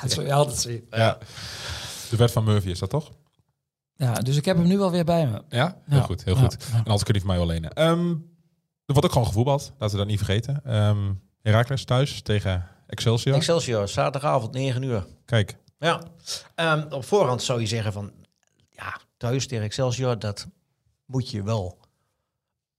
Speaker 6: dat zul je altijd zien.
Speaker 4: Ja. De wet van Murphy is dat toch?
Speaker 6: Ja, dus ik heb hem nu alweer bij me.
Speaker 4: Ja, heel
Speaker 6: Ja.
Speaker 4: goed. Heel
Speaker 6: Ja.
Speaker 4: goed. En anders kun je die van mij wel lenen. Ehm, er wordt ook gewoon gevoetbald, laten we dat niet vergeten. Ehm Herakles thuis tegen Excelsior.
Speaker 5: Excelsior, zaterdagavond 9 uur.
Speaker 4: Kijk,
Speaker 5: Ja. Ehm, op voorhand zou je zeggen van, ja, thuis tegen Excelsior, dat moet je wel.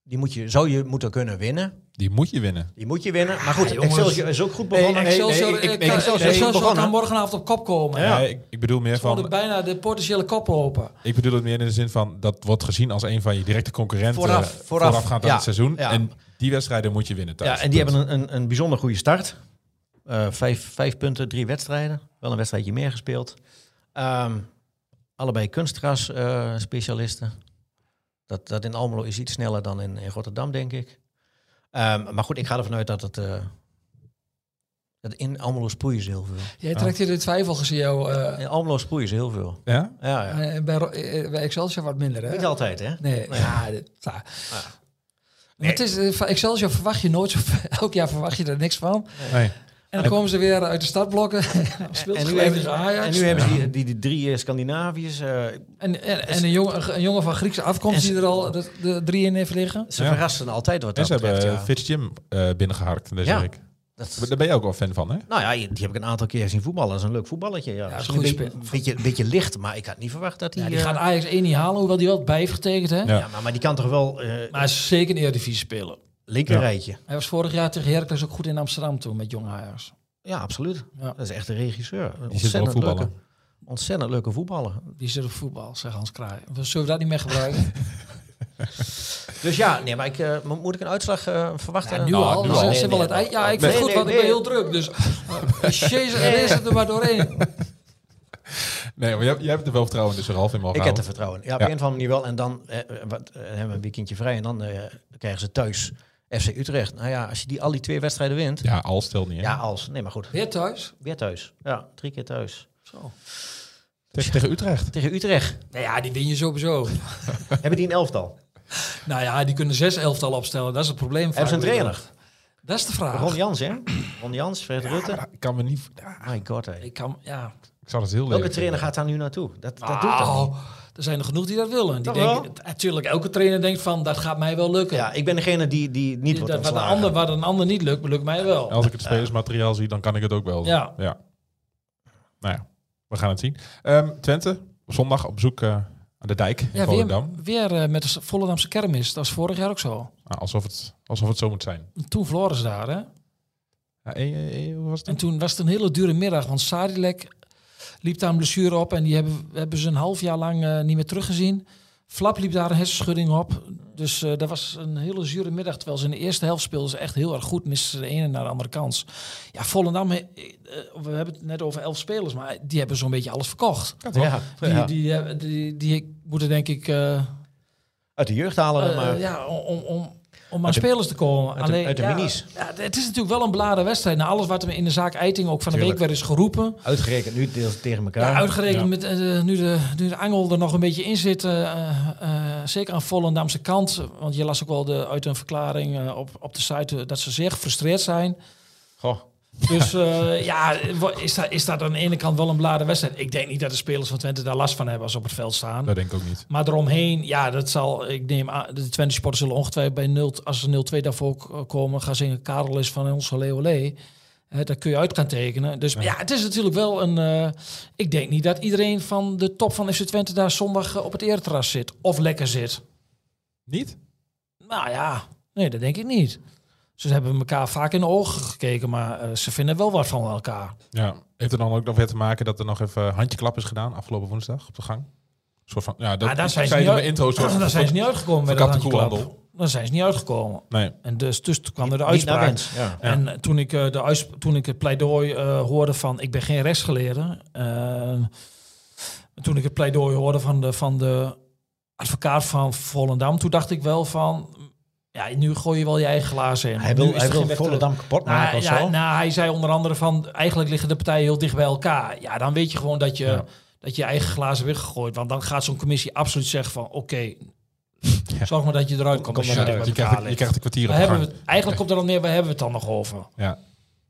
Speaker 5: Die moet je, zou je moeten kunnen winnen.
Speaker 4: die moet je winnen.
Speaker 5: Die moet je winnen. Maar goed,
Speaker 6: jongens.
Speaker 5: Excelsior is ook goed begonnen.
Speaker 6: Excelsior,
Speaker 5: ik-
Speaker 6: eh,
Speaker 5: ik-
Speaker 6: kan,
Speaker 5: Excelsior is
Speaker 6: Excelsior
Speaker 5: begonnen.
Speaker 6: kan morgenavond op kop komen.
Speaker 5: Ja.
Speaker 4: Nee, ik, ik bedoel meer
Speaker 6: Ze worden
Speaker 4: van,
Speaker 6: bijna de potentiële koploper.
Speaker 4: ik bedoel het meer in de zin van dat wordt gezien als een van je directe concurrenten
Speaker 5: Vooraf,
Speaker 4: eh,
Speaker 5: vooraf.
Speaker 4: voorafgaand aan
Speaker 5: Ja,
Speaker 4: het seizoen.
Speaker 5: ja.
Speaker 4: En die wedstrijden moet je winnen thuis.
Speaker 5: Ja, en die
Speaker 4: Punt.
Speaker 5: hebben een, een, een bijzonder goede start. Eh, vijf, vijf punten, drie wedstrijden. Wel een wedstrijdje meer gespeeld. Ehm, allebei kunstgras eh, specialisten. Dat, dat in Almelo is iets sneller dan in, in Rotterdam, denk ik. Ehm, maar goed, ik ga ervan uit dat het... eh, dat in Almelo sproeien ze heel veel.
Speaker 6: Jij trekt hier de twijfel gezien jou. eh,
Speaker 5: In Almelo sproeien ze heel veel.
Speaker 4: Ja?
Speaker 5: Ja, ja.
Speaker 6: eh, bij, Ro- eh, bij Excelsior wat minder, hè?
Speaker 5: Niet altijd, hè?
Speaker 6: Nee, ja, dit- nou. ja. Maar het is, eh, van Excelsior verwacht je nooit zoveel. Elk jaar verwacht je er niks van.
Speaker 4: Nee.
Speaker 6: En En dan komen ze weer uit de startblokken. Speelt
Speaker 5: En
Speaker 6: ze
Speaker 5: nu,
Speaker 6: gelijk
Speaker 5: hebben,
Speaker 6: tegen Ajax.
Speaker 5: en nu hebben ze die, die, die drie eh, Scandinaviërs. eh,
Speaker 6: En, en, en een, jongen, een jongen van Griekse afkomst die er al de, de drie in heeft liggen.
Speaker 5: ze
Speaker 4: Ja.
Speaker 5: verrassen altijd wat
Speaker 4: En
Speaker 5: dat
Speaker 4: ze hebben
Speaker 5: betreft.
Speaker 4: eh,
Speaker 5: ja.
Speaker 4: Fitz Jim eh, binnengeharkt deze
Speaker 5: Ja.
Speaker 4: week.
Speaker 5: Dat-
Speaker 4: Daar ben je ook wel fan van, hè?
Speaker 5: nou ja, die heb ik een aantal keer zien voetballen. Dat is een leuk voetballetje. Ja.
Speaker 6: is
Speaker 5: Misschien
Speaker 6: een
Speaker 5: een
Speaker 6: goede
Speaker 5: beetje, beetje, beetje licht, maar ik had niet verwacht dat hij...
Speaker 6: Ja, die
Speaker 5: eh,
Speaker 6: gaat Ajax 1 niet halen, hoewel die wel bij heeft getekend. Hè?
Speaker 4: Ja.
Speaker 5: ja, maar, maar die kan toch wel eh
Speaker 6: Maar hij is zeker een Eredivisie speler.
Speaker 5: linkerrijtje.
Speaker 6: Hij was vorig jaar tegen Heracles ook goed in Amsterdam toen met jong Ajax.
Speaker 5: Ja, absoluut.
Speaker 6: Ja.
Speaker 5: Dat is echt een regisseur. Een
Speaker 4: Die zit wel
Speaker 5: ontzettend leuke,
Speaker 4: voetballen.
Speaker 5: ontzettend leuke voetballer.
Speaker 6: Die zit op voetbal, zegt Hans Kraai. Zullen we dat niet meer gebruiken?
Speaker 5: Dus ja, nee, maar ik, eh, mo- moet ik een uitslag eh, verwachten?
Speaker 6: Ja, nu
Speaker 4: Nou,
Speaker 6: al.
Speaker 4: nu
Speaker 6: Dan
Speaker 4: al.
Speaker 6: zijn ze
Speaker 5: Nee,
Speaker 6: wel
Speaker 5: nee,
Speaker 6: het eind. Ja, ik
Speaker 5: nee,
Speaker 6: vind het goed,
Speaker 5: nee,
Speaker 6: want ik ben
Speaker 5: nee.
Speaker 6: heel druk. Dus jezus, er er maar doorheen.
Speaker 4: Nee, maar jij, jij hebt er wel vertrouwen in, dus Ralf in mogen
Speaker 5: Ik heb
Speaker 4: houden.
Speaker 5: er vertrouwen in. Ja, op
Speaker 4: Ja.
Speaker 5: een of andere manier wel. En dan eh, wat, eh, hebben we een weekendje vrij en dan eh, krijgen ze thuis FC Utrecht. Nou ja, als je die, al die twee wedstrijden wint. Ja,
Speaker 4: Ja, al stel niet, hè?
Speaker 5: als. Nee, maar goed.
Speaker 6: Weer thuis?
Speaker 5: Weer thuis. Ja, drie keer thuis.
Speaker 6: Zo.
Speaker 4: Tegen, tegen Utrecht.
Speaker 5: Tegen Utrecht.
Speaker 6: Nou ja, die win je sowieso.
Speaker 5: hebben die een elftal?
Speaker 6: nou ja, die kunnen zes elftal opstellen. Dat is het probleem.
Speaker 5: Hebben
Speaker 6: vaak.
Speaker 5: ze een trainer?
Speaker 6: Dat is de vraag.
Speaker 5: Ron Jans, hè? Ron Jans, Fred Rutte.
Speaker 4: Ik kan me niet... ja,
Speaker 5: My god, hè.
Speaker 6: Ik kan, ja.
Speaker 4: Ik zou dat heel leuk
Speaker 5: Welke trainer gaat daar nu naartoe? Dat, dat doet toch niet?
Speaker 6: Nou, er zijn er genoeg die dat willen. Die
Speaker 5: Toch wel?
Speaker 6: denken, natuurlijk, elke trainer denkt van, dat gaat mij wel lukken.
Speaker 5: Ja, ik ben degene die, die niet wordt
Speaker 6: dat, wat, een
Speaker 5: ontslagen.
Speaker 6: ander, wat een ander niet lukt, lukt mij wel.
Speaker 4: Als ik het spelersmateriaal zie, dan kan ik het ook wel.
Speaker 6: Ja.
Speaker 4: Nou ja, we gaan het zien. Ehm, Twente, op zondag op bezoek eh, aan de dijk in
Speaker 6: Ja, weer
Speaker 4: Volendam.
Speaker 6: weer eh, met de Volendamse kermis. Dat was vorig jaar ook zo.
Speaker 4: Ah, alsof, het, alsof het zo moet zijn.
Speaker 6: En toen verloren ze daar, hè?
Speaker 4: Ja, eh, eh, eh, hoe was het?
Speaker 6: En toen was het een hele dure middag, want Sadilek liep daar een blessure op en die hebben, hebben ze een half jaar lang eh, niet meer teruggezien. Flap liep daar een hersenschudding op. Dus eh, dat was een hele zure middag. Terwijl ze in de eerste helft speelden ze echt heel erg goed. Misten ze de ene naar de andere kans. Ja, Volendam, eh, eh, we hebben het net over elf spelers, maar die hebben zo'n beetje alles verkocht.
Speaker 4: Ja, toch?
Speaker 5: Ja,
Speaker 6: Die,
Speaker 5: ja.
Speaker 6: die, eh, die, die moeten denk ik eh,
Speaker 5: Uit de jeugd halen we
Speaker 6: eh,
Speaker 5: maar.
Speaker 6: ja, om, om, om aan spelers te komen.
Speaker 5: uit de- uit de
Speaker 6: ja,
Speaker 5: minis.
Speaker 6: ja, het is natuurlijk wel een beladen wedstrijd. Na alles wat er in de zaak Eiting ook van de
Speaker 5: Tuurlijk.
Speaker 6: week werd is geroepen.
Speaker 5: Uitgerekend nu deels tegen elkaar.
Speaker 6: Ja, uitgerekend met eh, nu, de, nu de angel er nog een beetje in zit. eh, eh, zeker aan Volendamse kant. Want je las ook wel de, uit een verklaring eh, op, op de site eh, dat ze zeer gefrustreerd zijn.
Speaker 5: Goh.
Speaker 6: Dus eh, ja, wa- is dat, is dat aan de ene kant wel een bladen wedstrijd? Ik denk niet dat de spelers van Twente daar last van hebben als ze op het veld staan.
Speaker 4: Dat denk ik ook niet.
Speaker 6: Maar eromheen, ja, dat zal, ik neem aan, de Twente supporters zullen ongetwijfeld bij 0, als ze 0-2 daarvoor ook, eh, komen, gaan zingen Karel is van ons, olé olé. Hè, dat kun je uit gaan tekenen. Dus maar ja, het is natuurlijk wel een, eh, ik denk niet dat iedereen van de top van FC Twente daar zondag eh, op het ereterras zit. Of lekker zit.
Speaker 4: Niet?
Speaker 6: Nou ja, nee, dat denk ik niet. Ze hebben elkaar vaak in de ogen gekeken, maar eh, ze vinden wel wat van elkaar.
Speaker 4: Ja. Heeft er dan ook nog weer te maken dat er nog even handjeklap is gedaan afgelopen woensdag op de gang? Een soort van, ja, dat,
Speaker 6: Maar Ah, daar
Speaker 4: ik
Speaker 6: zijn ze
Speaker 4: zei
Speaker 6: niet
Speaker 4: in mijn
Speaker 6: uit-
Speaker 4: intro. een soort
Speaker 6: Daar
Speaker 4: van-
Speaker 6: zijn ze niet uitgekomen met dat
Speaker 4: verkapte
Speaker 6: handjeklap.
Speaker 4: koehandel.
Speaker 6: Daar zijn ze niet uitgekomen.
Speaker 4: Nee.
Speaker 6: En dus, dus toen kwam er de
Speaker 5: Niet naar
Speaker 6: uitspraak.
Speaker 5: wens. Ja.
Speaker 4: Ja.
Speaker 6: En toen ik, eh, de uits- toen ik het pleidooi eh, hoorde van... Ik ben geen rechtsgeleerde. eh, toen ik het pleidooi hoorde van de, van de advocaat van Volendam... Toen dacht ik wel van... Ja, nu gooi je wel je eigen glazen in.
Speaker 5: Hij
Speaker 6: Nu
Speaker 5: wil,
Speaker 6: is
Speaker 5: hij
Speaker 6: er
Speaker 5: wil
Speaker 6: geen weg terug.
Speaker 5: Volendam kapot maken
Speaker 6: Nou,
Speaker 5: of
Speaker 6: ja,
Speaker 5: zo.
Speaker 6: nou, hij zei onder andere van... Eigenlijk liggen de partijen heel dicht bij elkaar. Ja, dan weet je gewoon dat je...
Speaker 4: Ja.
Speaker 6: Dat je je eigen glazen weer gooit. Want dan gaat zo'n commissie absoluut zeggen van... Oké, zorg maar dat je eruit komt. als
Speaker 4: Ja,
Speaker 6: je dicht bij
Speaker 4: Dus, eh,
Speaker 6: elkaar
Speaker 4: je, krijgt, je
Speaker 6: ligt.
Speaker 4: krijgt een kwartier op
Speaker 6: Waar
Speaker 4: de
Speaker 6: hebben
Speaker 4: gang.
Speaker 6: we het- eigenlijk komt er dan neer, waar hebben we het dan nog over?
Speaker 4: Ja. En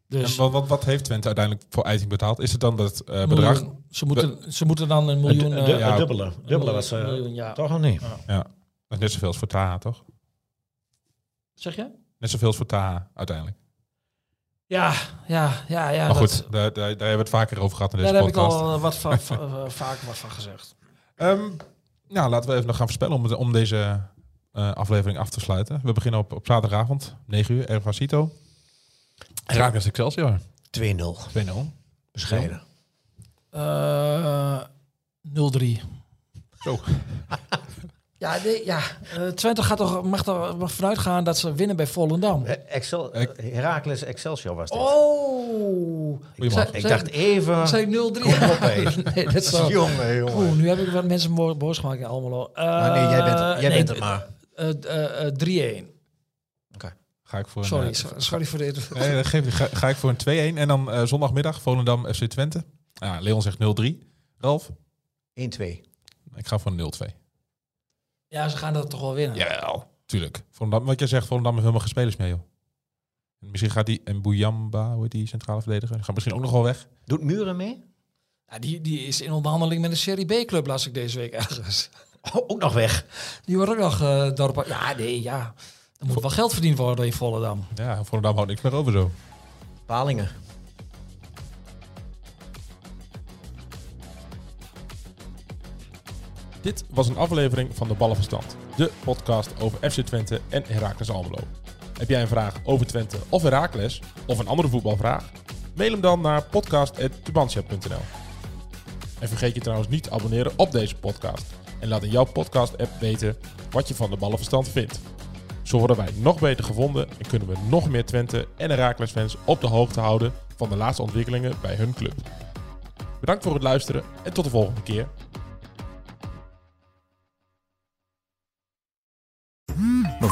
Speaker 6: Dus
Speaker 4: wat, wat, wat heeft Twente uiteindelijk voor uiting betaald? Is het dan dat eh, bedrag?
Speaker 6: miljoen. ze, moeten, ze moeten dan een miljoen...
Speaker 5: Du-
Speaker 6: eh,
Speaker 5: du-
Speaker 4: ja.
Speaker 5: dubbele. Dubbele was eh,
Speaker 6: miljoen, ja.
Speaker 5: toch of niet?
Speaker 4: Ja. Dat is net zoveel als voor Taha, toch?
Speaker 6: Zeg je?
Speaker 4: Net zoveel als voor Taha, uiteindelijk.
Speaker 6: Ja, ja, ja. ja
Speaker 4: maar
Speaker 6: dat-
Speaker 4: goed, daar, daar, daar hebben we het vaker over gehad in deze
Speaker 6: daar heb ik
Speaker 4: podcast.
Speaker 6: al eh, wat van, van- eh, vaker wat van gezegd.
Speaker 4: Ehm, nou, laten we even nog gaan voorspellen om, het- om deze eh, aflevering af te sluiten. We beginnen op, op zaterdagavond, 9 uur, Erva Cito. Raakers Excelsior,
Speaker 5: 2-0.
Speaker 4: 2-0.
Speaker 5: Bescheiden.
Speaker 6: Eh, 0-3.
Speaker 4: Zo.
Speaker 6: Ja, nee, ja. eh, Twente gaat toch, mag er mag vanuit gaan dat ze winnen bij Volendam.
Speaker 5: Eh, Excel,
Speaker 4: Ik-
Speaker 5: eh, Heracles Excelsior was dit.
Speaker 6: Oh!
Speaker 4: Goeieman.
Speaker 5: ik dacht even...
Speaker 6: Zei ik 0-3?
Speaker 5: Kom op, hé.
Speaker 6: nee, dat is wel...
Speaker 5: Jongen,
Speaker 6: Oeh,
Speaker 5: jongen.
Speaker 6: nu heb ik wat mensen bo- boos gemaakt in Almelo. Eh,
Speaker 5: Maar nee, jij bent, jij
Speaker 6: nee,
Speaker 5: bent het maar.
Speaker 6: eh, eh, eh, 3-1.
Speaker 4: Ga ik voor een,
Speaker 6: Sorry,
Speaker 4: eh,
Speaker 6: so- sorry voor dit.
Speaker 4: nee, dat geeft niet. ga, ga ik voor een 2-1. En dan eh, zondagmiddag Volendam FC Twente. Ja, Leon zegt 0-3. Ralf,
Speaker 5: 1-2.
Speaker 4: ik ga voor een 0-2.
Speaker 6: Ja, ze gaan dat toch wel winnen.
Speaker 4: Jawel. Tuurlijk. Volendam, wat jij zegt, Volendam heeft helemaal geen spelers meer, joh. En misschien gaat die Mbuyamba, hoe heet die centrale verdediger, gaat misschien ook nog wel weg.
Speaker 5: Doet Muren mee?
Speaker 7: Ja, die, die is in onderhandeling met een Serie B-club, las ik deze week ergens.
Speaker 5: Oh, ook nog weg.
Speaker 7: Die wordt ook nog eh, daarop... Ja, nee, ja. Er moet wel geld verdiend worden in Volendam.
Speaker 4: Ja, Volendam houdt niks meer over zo.
Speaker 5: Palingen.
Speaker 4: Dit was een aflevering van de Ballenverstand, de podcast over FC Twente en Heracles Almelo. Heb jij een vraag over Twente of Heracles of een andere voetbalvraag? Mail hem dan naar podcast@tubantia.nl. En vergeet je trouwens niet te abonneren op deze podcast en laat in jouw podcast app weten wat je van de Ballenverstand vindt. Zo worden wij nog beter gevonden en kunnen we nog meer Twente en Heracles fans op de hoogte houden van de laatste ontwikkelingen bij hun club. Bedankt voor het luisteren en tot de volgende keer.
Speaker 8: We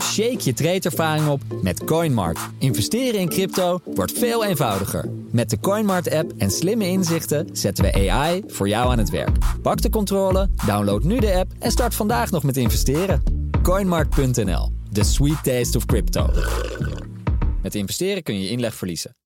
Speaker 1: Shake je trade-ervaring op met CoinMart. Investeren in crypto wordt veel eenvoudiger. Met de CoinMart-app en slimme inzichten zetten we AI voor jou aan het werk. Pak de controle, download nu de app en start vandaag nog met investeren. CoinMart.nl, the sweet taste of crypto. Met investeren kun je inleg verliezen.